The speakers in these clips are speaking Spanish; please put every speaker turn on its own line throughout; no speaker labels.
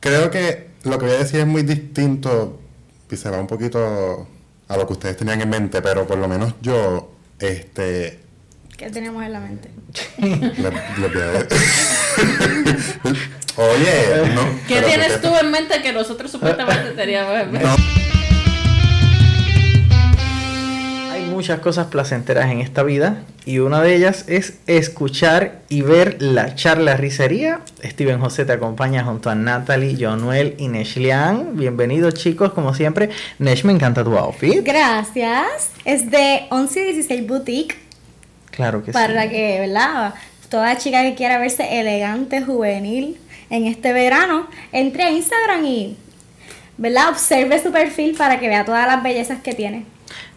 Creo que lo que voy a decir es muy distinto y se va un poquito a lo que ustedes tenían en mente, pero por lo menos yo, este,
¿Qué tenemos en la mente?
les, les voy a decir- Oye, no,
¿Qué
pero
tienes
porque-
tú en mente que nosotros supuestamente teníamos en mente?
No,
Hay muchas cosas placenteras en esta vida y una de ellas es escuchar y ver la charla risería. Steven José te acompaña junto a Natalie, Jonuel y Neshlian. Bienvenidos chicos, como siempre. Nesh, me encanta tu outfit.
Gracias. Es de 1116 Boutique
Claro que
para
sí.
que, ¿verdad? Toda chica que quiera verse elegante, juvenil en este verano, entre a Instagram y, ¿verdad? Observe su perfil para que vea todas las bellezas que tiene.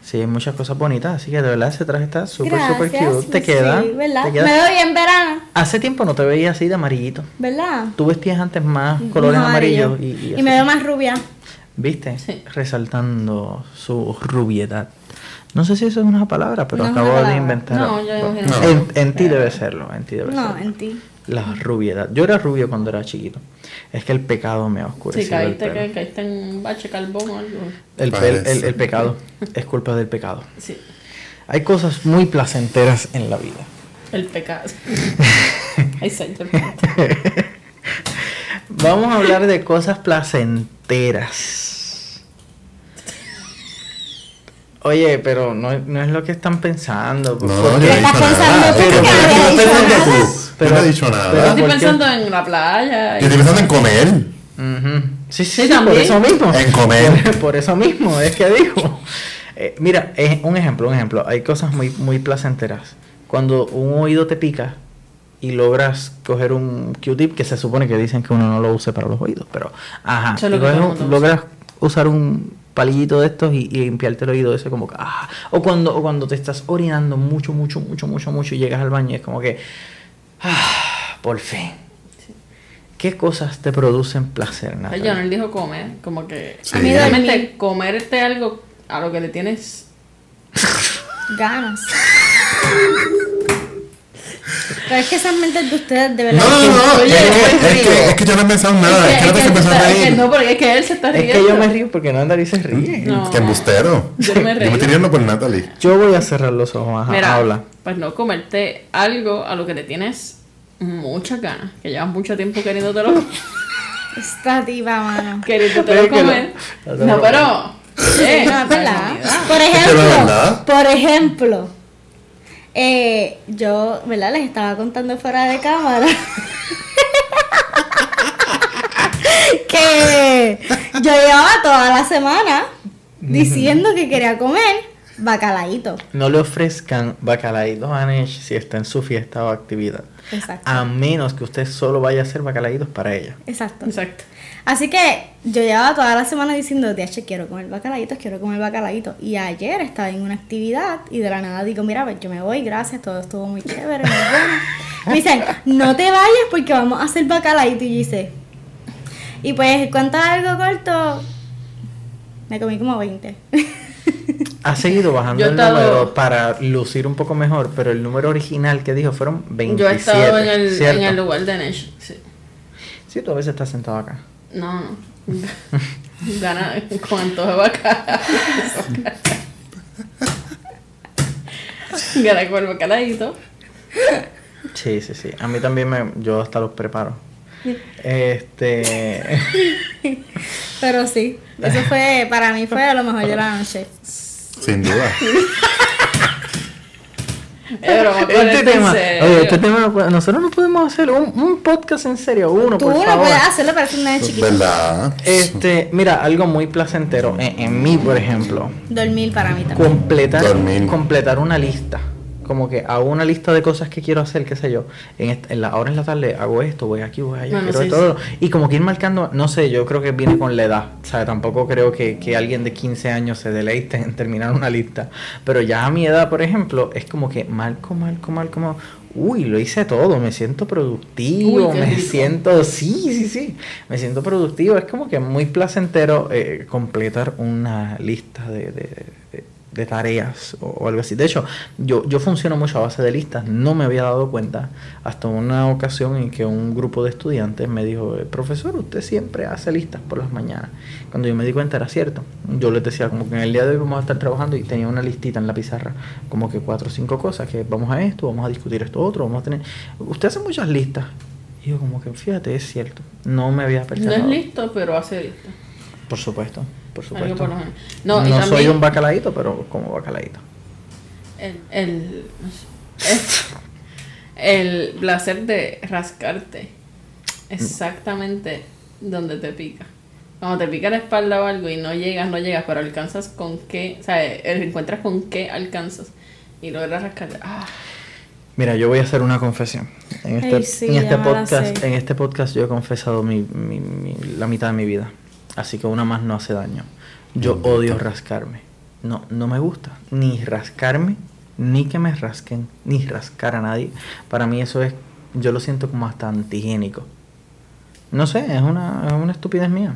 Sí, hay muchas cosas bonitas, así que de verdad ese traje está súper, súper
Gracias.
cute. Te queda.
Sí, ¿verdad?
te queda.
Me veo bien verano,
Hace tiempo no te veía así de amarillito.
¿verdad?
Tú vestías antes más colores
Más
amarillos y,
amarillo.
y
y,
así.
me veo más rubia.
¿Viste?
Sí.
Resaltando su rubiedad. No sé si eso es una palabra, pero
No es una
acabo de
palabra.
inventar.
No, yo imagino
No.
que
En, en ti debe serlo, en ti debe
No,
serlo.
en ti.
La rubiedad. Yo era rubio cuando era chiquito. Es que el pecado me ha
pues,
oscurecido
Si
el
caíste,
pelo.
ca- caíste en un bache carbón o algo.
El,
Parece.
pel- el- el pecado es culpa del pecado.
Sí,
Hay cosas muy placenteras en la vida.
el pecado. Ay, señor.
Vamos a hablar de cosas placenteras. Oye, pero no, no es lo que están pensando. pues,
No,
¿por
yo no
qué?
he dicho
Estás
nada.
pensando tú,
Pero-
que
pero-
nadie ha
pero-
dicho
pero- Yo
nada.
no he dicho nada.
pero-
Estoy
¿por qué?
pensando en la playa.
Yo
y-
estoy pensando en comer.
Ujú. Sí, sí,
Sí,
por
también.
eso mismo.
En comer.
Por, por eso mismo, es que digo. Eh, mira, es un ejemplo, un ejemplo. Hay cosas muy, muy placenteras. Cuando un oído te pica y logras coger un Q-tip, que se supone que dicen que uno no lo use para los oídos, pero ajá,
Eso es lo
y
que
coges
todo el
un-
mundo usa.
logras usar un palillito de estos y, y limpiarte el oído ese como que ah. o cuando o cuando te estás orinando mucho mucho mucho mucho mucho y llegas al baño y es como que ah, por fin qué cosas te producen placer
Ay,
Natalie?
yo no él dijo comer, como que
Sí. A mí dormir.
realmente comerte algo a lo que le tienes
Ganas. Pero es que esas mentes de ustedes, de
No,
verdad.
no, no, no,
Oye,
es, que,
pues,
es, que,
digo.
es que yo no he pensado en nada,
Es
es que no te
es
estoy
él
pensando
está-
ahí.
es que no, porque es que él se está
Es
riendo.
que yo me río porque Natalie se ríe.
No.
Qué embustero.
Yo no me reí.
estoy riendo por Natalie.
Yo voy a cerrar los ojos, ajá,
Mira,
habla.
pues no comerte algo a lo que le tienes muchas ganas, que llevas mucho tiempo queriéndotelo,
Esta diva, mano.
queriéndotelo
Pero es que
comer.
lo- lo-
no, pero... eh,
No, es verdad. Por
Es que
ejemplo,
no es verdad.
por ejemplo, eh, yo, ¿verdad? Les estaba contando fuera de cámara. que yo llevaba toda la semana diciendo que quería comer bacalaíto.
No le ofrezcan bacalaitos a Nesh si está en su fiesta o actividad.
Exacto.
Ah.
A menos que usted solo vaya a hacer bacalaitos para ella.
Exacto.
Exacto.
Así que yo llevaba toda la semana diciendo, DH, quiero comer bacalaitos, quiero comer bacalaitos. Y ayer estaba en una actividad y de la nada digo, mira, pues yo me voy, gracias, todo estuvo muy chévere, muy bueno. Me dicen, no te vayas porque vamos a hacer bacalaito. Y yo hice, y pues, ¿cuánto algo corto? Me comí como 20.
Ha seguido bajando
Yo he
el
estado-
número para lucir un poco mejor, pero el número original que dijo fueron 27.
Yo he estado en el, en
¿cierto?
el lugar de Nesh. Sí.
Sí, tú a veces estás sentado acá.
No, no. Gana con antojo de vaca. Gana con el bacalaíto.
Sí, sí, sí. A mí también me... Yo hasta los preparo. Este...
Pero sí, eso fue, para mí fue a lo mejor de la noche.
Sin duda.
Es broma, pero
Este
esto en
tema,
serio.
oye, este tema no puede- nosotros no podemos hacer un, un podcast en serio, uno,
Tú
por
no
favor.
puedes hacerlo, parece una chiquita.
¿Verdad?
Este, mira, algo muy placentero en, en mí, por ejemplo,
Dormir para mí también.
completar
Dormir.
completar una lista. Como que hago una lista de cosas que quiero hacer, qué sé yo. En, est- en la, ahora en la tarde hago esto, voy aquí, voy allá,
Bueno,
quiero
sí,
de todo. Y como que ir marcando, no sé, yo creo que viene con la edad. O sea, tampoco creo que, que alguien de 15 años se deleite en terminar una lista. Pero ya a mi edad, por ejemplo, es como que marco, marco, marco, marco. Uy, lo hice todo, me siento productivo,
Uy, qué
me
rico.
siento, sí, sí, sí, me siento productivo. Es como que muy placentero eh, completar una lista de, de- de- de tareas o, o algo así. De hecho, yo, yo funciono mucho a base de listas. No me había dado cuenta hasta una ocasión en que un grupo de estudiantes me dijo, "Eh, profesor, usted siempre hace listas por las mañanas. Cuando yo me di cuenta era cierto. Yo les decía como que en el día de hoy vamos a estar trabajando y tenía una listita en la pizarra, como que cuatro o cinco cosas, que vamos a esto, vamos a discutir esto otro, vamos a tener... Usted hace muchas listas. Y yo como que, fíjate, es cierto. No me había
No
percatado.
es listo, pero hace listo.
Por supuesto, por
Algo
supuesto.
por lo menos.
No,
No, y también
soy un bacaladito, pero como bacaladito.
el, el, el placer de rascarte exactamente donde te pica. Cuando te pica la espalda o algo y no llegas, no llegas, pero alcanzas con qué, o sea, el- encuentras con qué alcanzas y logras rascarte. Ah,
Mira, yo voy a hacer una confesión. En este,
Ay, sí,
en este
ya me la
podcast,
sé.
en este podcast yo he confesado mi- mi- mi- la mitad de mi vida. Así que una más no hace daño. Yo odio rascarme. No, no me gusta. Ni rascarme, ni que me rasquen, ni rascar a nadie. Para mí eso es, yo lo siento como hasta antihigiénico. No sé, es una, es una estupidez mía.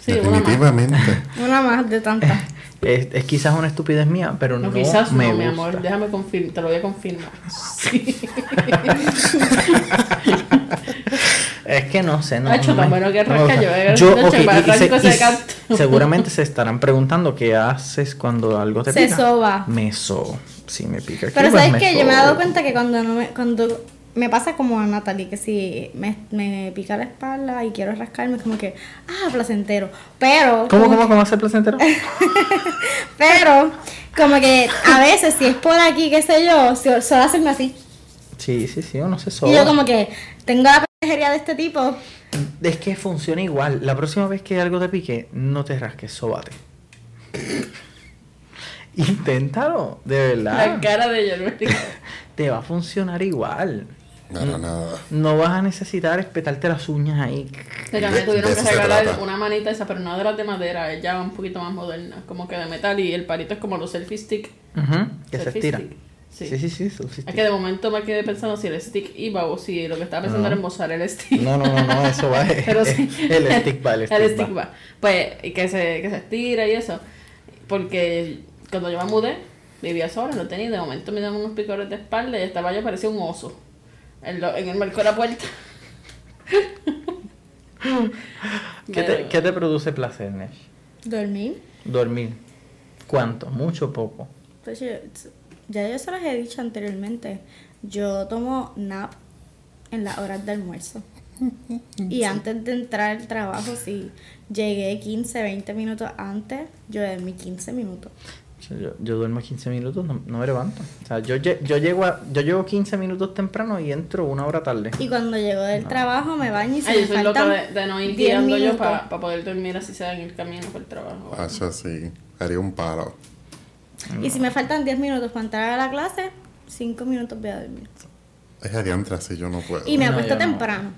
sí, una más.
Definitivamente.
Una más de tantas.
Es, es quizás una estupidez mía, pero no,
No, quizás no,
me
mi
gusta.
amor, déjame confirmar, te lo voy a confirmar. Sí.
Es que no sé, no.
Nacho,
no me-
tan bueno que
no me
rasca,
gusta.
yo voy a-
Yo,
Nacho,
ok,
para
y- y
rasco
se-
ese
y s-
gato.
seguramente se estarán preguntando qué haces cuando algo te
Se
pica.
soba.
Me sobo. Sí, me pica. aquí,
Pero
pues,
sabes
me
que yo me he dado
sobo.
cuenta que cuando no me, cuando me pasa como a Natalie, que si me, me pica la espalda y quiero rascarme, es como que, ah, placentero. Pero,
¿Cómo,
como-
cómo, cómo hace el placentero?
pero, como que a veces si es por aquí, qué sé yo, se- solo hacerme así.
Sí, sí, sí, uno se soba.
Y yo como que tengo la pendejería de este tipo.
Es que funciona igual. La próxima vez que algo te pique, no te rasques, sobate. Inténtalo, de
La
verdad.
cara de Yerberito.
Te va a funcionar igual.
Para nada.
No vas a necesitar espetarte las uñas ahí.
De cambio tuvieron
De
que
eso se
regalar
trata.
una manita esa, pero no de las de madera, es ya un poquito más moderna, como que de metal y el palito es como los selfie stick.
Ujú, que se
Selfie
estira.
stick. Sí.
Sí, sí, sí, subsistir.
Es que de momento me quedé pensando si el stick iba o si lo que estaba pensando
No.
era embozar el stick.
No, no, no, no, eso va.
Pero sí.
El stick va, el stick va.
Pues y que se, que se estira y eso. Porque cuando yo me mudé, vivía sola, no tenía. y De momento me daban unos picores de espalda y estaba yo parecía un oso. En, lo- en el marco de la puerta.
¿Qué te, qué te produce placer, Nesh?
Dormir.
Dormir. ¿Cuánto? ¿Mucho o poco?
Pues yo- ya yo se las he dicho anteriormente. Yo tomo nap en las horas de almuerzo. Y antes de entrar al trabajo, si llegué 15, 20 minutos antes, yo dormí 15 minutos.
Yo, yo- yo duermo 15 minutos, no, no me levanto. O sea, yo, lle- yo, llego a- yo llego 15 minutos temprano y entro una hora tarde.
Y cuando llego del trabajo, me baño y se
Ay,
me
yo soy loca
faltan
de, de no ir
10
guiando yo
minutos.
para poder dormir así sea en el camino para el trabajo.
Ah,
Hacho, sí. Haría un palo.
Y si me faltan 10 minutos para entrar a la clase, 5 minutos voy a dormir.
Es adiantra si yo no puedo.
Y me
No,
acuesto
yo no.
temprano.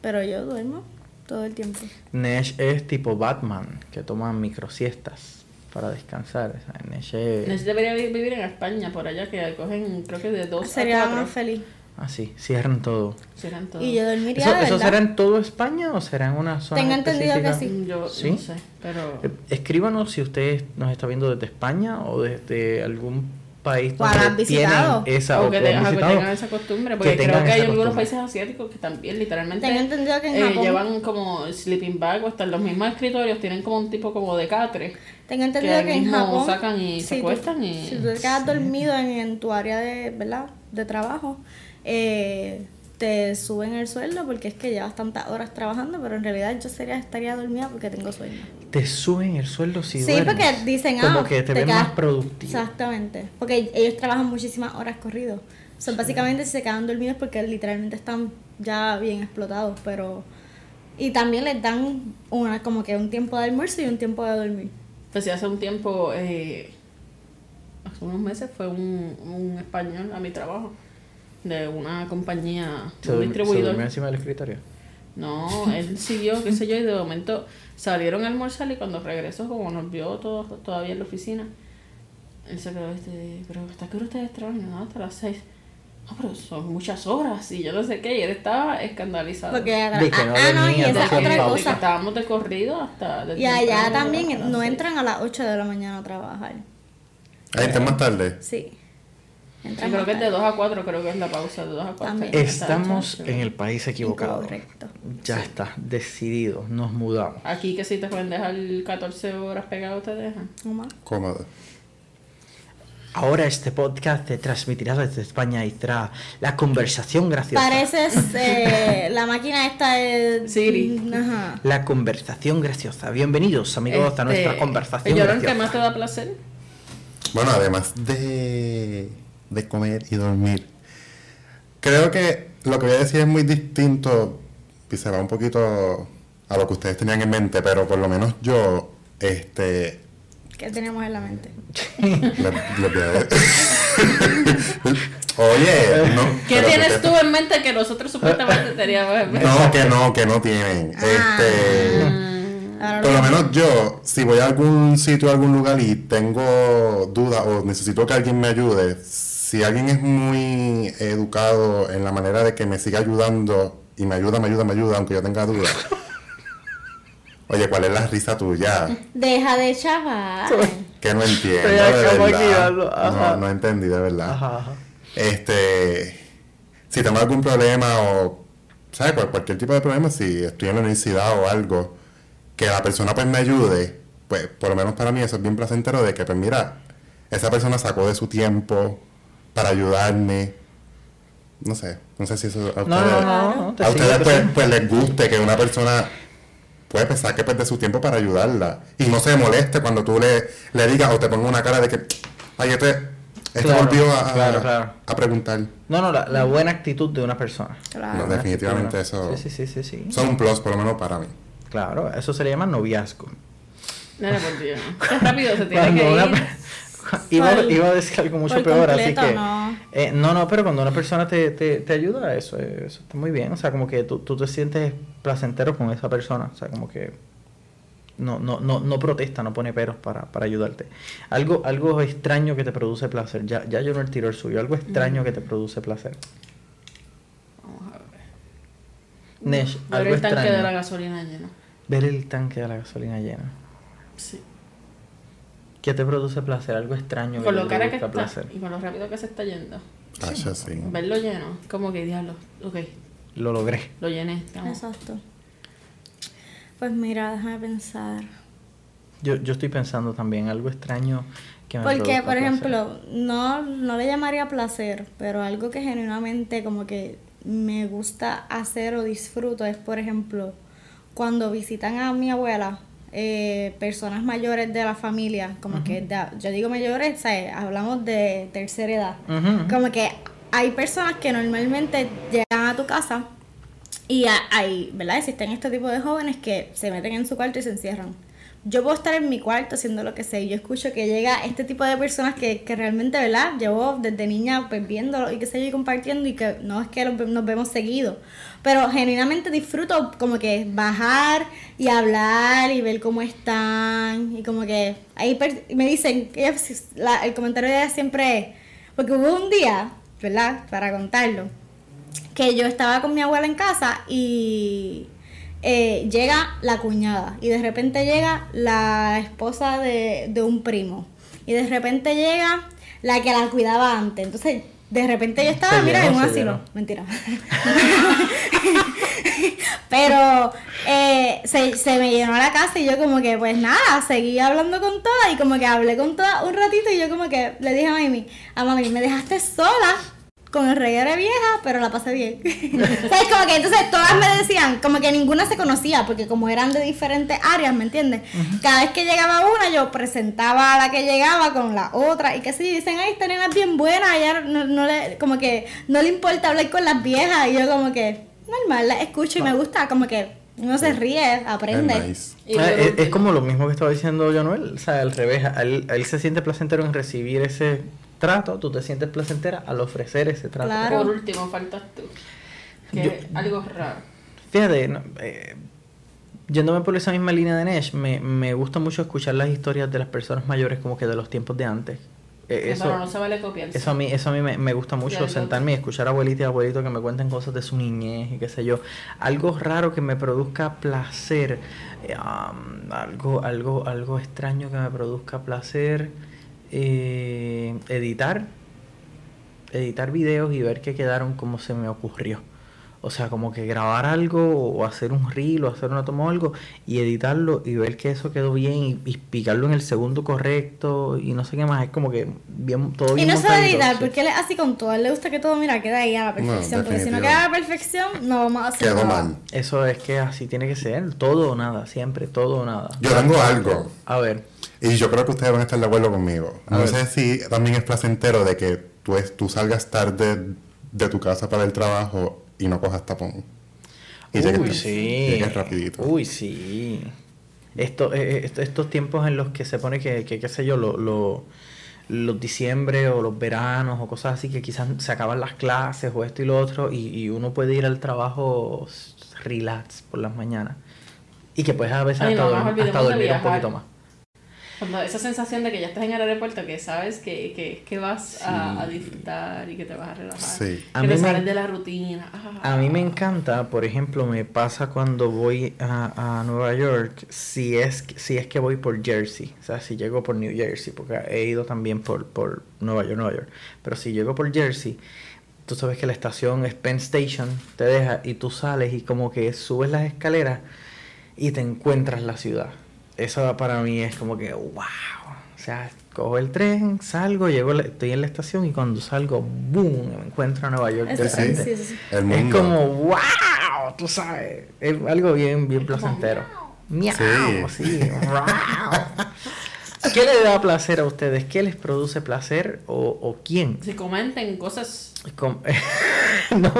Pero yo duermo todo el tiempo.
Nesh es tipo Batman, que toma microsiestas para descansar. O sea, Nesh es...
Nesh debería vi- vivir en España, por allá que cogen, creo que de dos
Ah, Sería
a
más
cuatro.
feliz.
Así, cierran todo.
Serán todos.
Y yo dormiría
¿Eso,
de
eso
verdad.
será en todo España o será en una zona
Tengo entendido que
específica?
sí.
Mm, Yo
¿Sí?
no sé, pero...
Eh, Escríbanos si usted nos está viendo desde España o desde algún país
O habrán visitado.
tienen esa
O que
lo han
tengan, que
visitado.
tengan esa costumbre, porque creo
tengan
que hay
esa
algunos
costumbre.
países asiáticos que también literalmente
Tengo entendido que en
eh,
Japón-
llevan como sleeping bag o hasta en los mismos escritorios tienen como un tipo como de catre.
Tengo
Que
entendido que,
ahí
en
mismo
Japón.
sacan y se
si tú-
acuestan y-
Si tú te quedas dormido en, en tu área de, ¿verdad? de trabajo, eh, te suben el sueldo porque es que llevas tantas horas trabajando, pero en realidad yo sería, estaría dormida porque tengo sueño.
Te suben el sueldo si
Sí,
duermes.
porque dicen,
Como
ah,
que te, ven
quedas-
más productivo.
Exactamente. Porque ellos trabajan muchísimas horas corridos. Son básicamente si se quedan dormidos porque literalmente están ya bien explotados, pero. Y también les dan una, como que un tiempo de almuerzo y un tiempo de dormir.
Entonces Pues hace un tiempo, eh, hace unos meses, fue un, un español a mi trabajo de una compañía,
Se,
un
duerm- se
distribuidor.
durmió encima del escritorio.
No, él siguió, qué sé yo, y de momento salieron a almorzar y cuando regresó, como nos vio todos todavía en la oficina, él se quedó este, pero ¿hasta qué hora ustedes trabajan? No, hasta las seis. No, pero son muchas horas y yo no sé qué, y él estaba escandalizado.
Porque
De
ah,
que no
ah, no, y
dormía,
esa es
entonces,
otra
no.
Porque
cosa.
Estábamos de corrido hasta... desde
Y allá
temprano, hasta
también
las
no
seis.
entran a las 8 de la mañana a trabajar.
Ahí está más tarde.
Sí.
Yo creo que es de 2 a 4, creo que es la pausa de 2 a 4.
También.
Estamos en el país equivocado.
Correcto.
Ya está, decidido, nos mudamos.
Aquí que si te pueden dejar 14 horas pegado, te dejan.
No más.
Cómodo.
Ahora este podcast te transmitirá desde España y trae la conversación graciosa.
Pareces eh, la máquina esta de
Siri.
Ajá.
La conversación graciosa. Bienvenidos, amigos, a nuestra
Este,
conversación
El llorón que
graciosa.
más te da placer.
Bueno, además de, de comer y dormir, creo que lo que voy a decir es muy distinto y se va un poquito a lo que ustedes tenían en mente, pero por lo menos yo, este,
¿Qué tenemos en la mente?
les- les voy a de- Oye, no.
¿Qué
pero
tienes
que-
tú en mente que nosotros supuestamente teníamos en mente?
No, que no, que no tienen. Este.
Mm.
Ahora
Por lo menos yo, si voy a algún sitio, a algún lugar y tengo dudas o necesito que alguien me ayude, si alguien es muy educado en la manera de que me siga ayudando y me ayuda, me ayuda, me ayuda, aunque yo tenga dudas. Oye, ¿cuál es la risa tuya?
Deja de chaval.
Que no entiendo, de
Estoy acá
verdad.
maquillando, ajá.
No, no entendí, de verdad.
Ajá, ajá.
Este, si tengo algún problema o, ¿sabes? Cual- cualquier tipo de problema, si estoy en la universidad o algo, que la persona pues me ayude, pues por lo menos para mí eso es bien placentero de que, pues mira, esa persona sacó de su tiempo para ayudarme. No sé, no sé si eso a ustedes,
No, no, no, no, te
a
sigo,
ustedes
te
pues,
sigo.
pues, les guste que una persona puede pensar que pierde su tiempo para ayudarla y no se moleste cuando tú le, le digas o te ponga una cara de que, ay, este, este
Claro,
volvió a, a-
claro, claro.
a preguntar.
No, no, la, la buena actitud de una persona.
No,
Claro.
definitivamente eso
Sí, sí, sí, sí, sí.
son un plus, por lo menos para mí.
Claro, eso se le llama noviazgo.
No, no, por Dios. Está rápido, se tiene
Cuando
que
una
ir.
per- iba,
Por-
iba a decir algo mucho
por
peor,
completo,
así que...
no.
Eh, no, no, pero cuando una persona te, te, te ayuda, eso, eh, eso está muy bien. O sea, como que tú, tú te sientes placentero con esa persona. O sea, como que no, no, no, no protesta, no pone peros para, para ayudarte. Algo, algo extraño que te produce placer. Ya, ya yo no el tiro el suyo. Algo
Mm.
extraño que te produce placer.
Vamos a ver.
Nesh,
Ver
algo
el tanque de
extraño.
la gasolina lleno.
Ver el tanque de la gasolina llena.
Sí.
¿Qué te produce placer? Algo extraño que
Con
te
lo cara que
produzca
está
placer.
y con lo rápido que se está yendo.
Ah, yo sí.
Verlo lleno, como que diablo. Ok,
Lo logré.
lo llené. estamos.
Exacto. Pues mira, déjame pensar.
Yo, yo estoy pensando también algo extraño que me
Porque,
produzca
por
placer.
ejemplo, no, no le llamaría placer, pero algo que genuinamente como que me gusta hacer o disfruto es, por ejemplo, cuando visitan a mi abuela, eh, personas mayores de la familia, como que da- yo digo mayores, ¿sabes? hablamos de tercera edad.
Ujú, Ah, ujú.
Como que hay personas que normalmente llegan a tu casa y a- hay, ¿verdad? Existen este tipo de jóvenes que se meten en su cuarto y se encierran. Yo puedo estar en mi cuarto haciendo lo que sé y yo escucho que llega este tipo de personas que, que realmente, ¿verdad? Llevo desde niña pues viéndolo y que sé yo y compartiendo y que no es que los ve- nos vemos seguido, pero genuinamente disfruto como que bajar y hablar y ver cómo están y como que ahí per- me dicen, ella- la- el comentario de ella siempre es, porque hubo un día, ¿verdad? Para contarlo, que yo estaba con mi abuela en casa y eh, llega la cuñada y de repente llega la esposa de, de un primo y de repente llega la que la cuidaba antes. Entonces, de repente yo estaba,
Se
mira,
llenó,
en un
se
asilo.
llenó.
Mentira. Pero eh, se, se me llenó la casa y yo como que, pues nada, seguí hablando con todas y como que hablé con todas un ratito y yo como que le dije a mami, a mami, me dejaste sola con el reguero de vieja, pero la pasé bien. ¿Sabes? Como que entonces todas me decían, como que ninguna se conocía, porque como eran de diferentes áreas, ¿me entiendes? Cada vez que llegaba una, yo presentaba a la que llegaba con la otra, y que sí, dicen, ay, esta nena es bien buena, ella no, no le, como que no le importa hablar con las viejas, y yo como que, normal, la escucho y me gusta, como que uno se ríe, aprende.
Es nice.
Y
Ah,
por
es,
último-
es como lo mismo que estaba diciendo Jonuel, o sea, al revés, a él, a él se siente placentero en recibir ese trato, tú te sientes placentera al ofrecer ese trato.
Claro.
Por último, faltas tú. Que
Yo-
es algo raro.
Fíjate, no, eh, yéndome por esa misma línea de Nesh, me, me gusta mucho escuchar las historias de las personas mayores como que de los tiempos de antes. Eh,
Que
eso,
Pero no se vale copiar.
eso a mí, eso a mí me, me gusta
Ya,
mucho,
yo-
sentarme y escuchar a abuelita y abuelito que me cuenten cosas de su niñez y qué sé yo. Algo raro que me produzca placer. eh, um, algo, algo, algo extraño que me produzca placer. eh, editar, editar videos y ver qué quedaron como se me ocurrió. O sea, como que grabar algo o hacer un reel o hacer una toma o algo y editarlo y ver que eso quedó bien y, y picarlo en el segundo correcto y no sé qué más. Es como que bien, todo
Y
bien.
no sabe
montadito,
editar,
sí.
porque él es así con todo. Él le gusta que todo, mira, queda ahí a la perfección.
No,
porque si no
definitivo.
queda a la perfección, no vamos a hacer
Quedó
nada.
mal.
Eso es que así tiene que ser. Todo o nada, siempre, todo o nada.
Yo tengo algo.
A ver,
Y yo creo que ustedes van a estar de acuerdo conmigo.
A
no
ver.
sé si también es placentero de que tú, es- tú salgas tarde de tu casa para el trabajo y no cojas tapón. Y llegues-
Uy, sí.
llegues rapidito.
Uy, sí. Esto, eh, esto- estos tiempos en los que se pone que, que qué sé yo, lo- lo- los diciembre o los veranos o cosas así, que quizás se acaban las clases o esto y lo otro, y, y uno puede ir al trabajo s- relax por las mañanas. Y que puedes a veces
Ay,
hasta,
no, nos
dormir, hasta
olvidemos de
dormir un
viajar.
poquito más.
Cuando esa sensación de que ya estás en el aeropuerto, que sabes que, que, que vas a, a disfrutar y que te vas a relajar.
Sí.
A
Que
mí
te
me-
sales de la rutina. Ah.
A mí me encanta, por ejemplo, me pasa cuando voy a, a Nueva York, si es, que- si es que voy por Jersey, o sea, si llego por New Jersey, porque he ido también por, por Nueva York, Nueva York, pero si llego por Jersey, tú sabes que la estación es Penn Station, te deja y tú sales y como que subes las escaleras y te encuentras la ciudad. Eso para mí es como que, wow, o sea, cojo el tren, salgo, llego, a la- estoy en la estación y cuando salgo, boom, me encuentro a Nueva York. de
Eso sí,
frente.
sí, sí, sí.
El
Es
mundo.
como, wow, tú sabes, es algo bien, bien placentero. Miau,
Sí.
sí, wow. ¿Qué le da placer a ustedes? ¿Qué les produce placer o, o quién?
Si comenten cosas.
Com- No,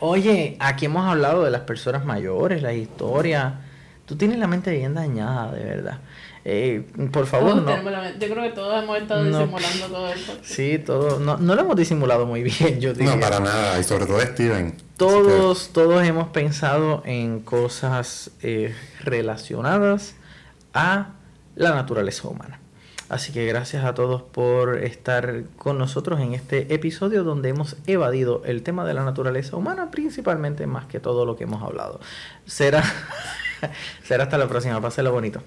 Oye, aquí hemos hablado de las personas mayores, las historias. Tú tienes la mente bien dañada, de verdad. Eh, por favor,
Todos
no.
tenemos la- Yo creo que todos hemos estado
No.
disimulando todo esto.
Sí, todo. No, no lo hemos disimulado muy bien, yo diría.
No, para nada. Y sobre todo Steven. Así que-
Todos, todos hemos pensado en cosas eh, relacionadas a la naturaleza humana. Así que gracias a todos por estar con nosotros en este episodio donde hemos evadido el tema de la naturaleza humana, principalmente más que todo lo que hemos hablado. Será, será hasta la próxima. Pásenlo bonito.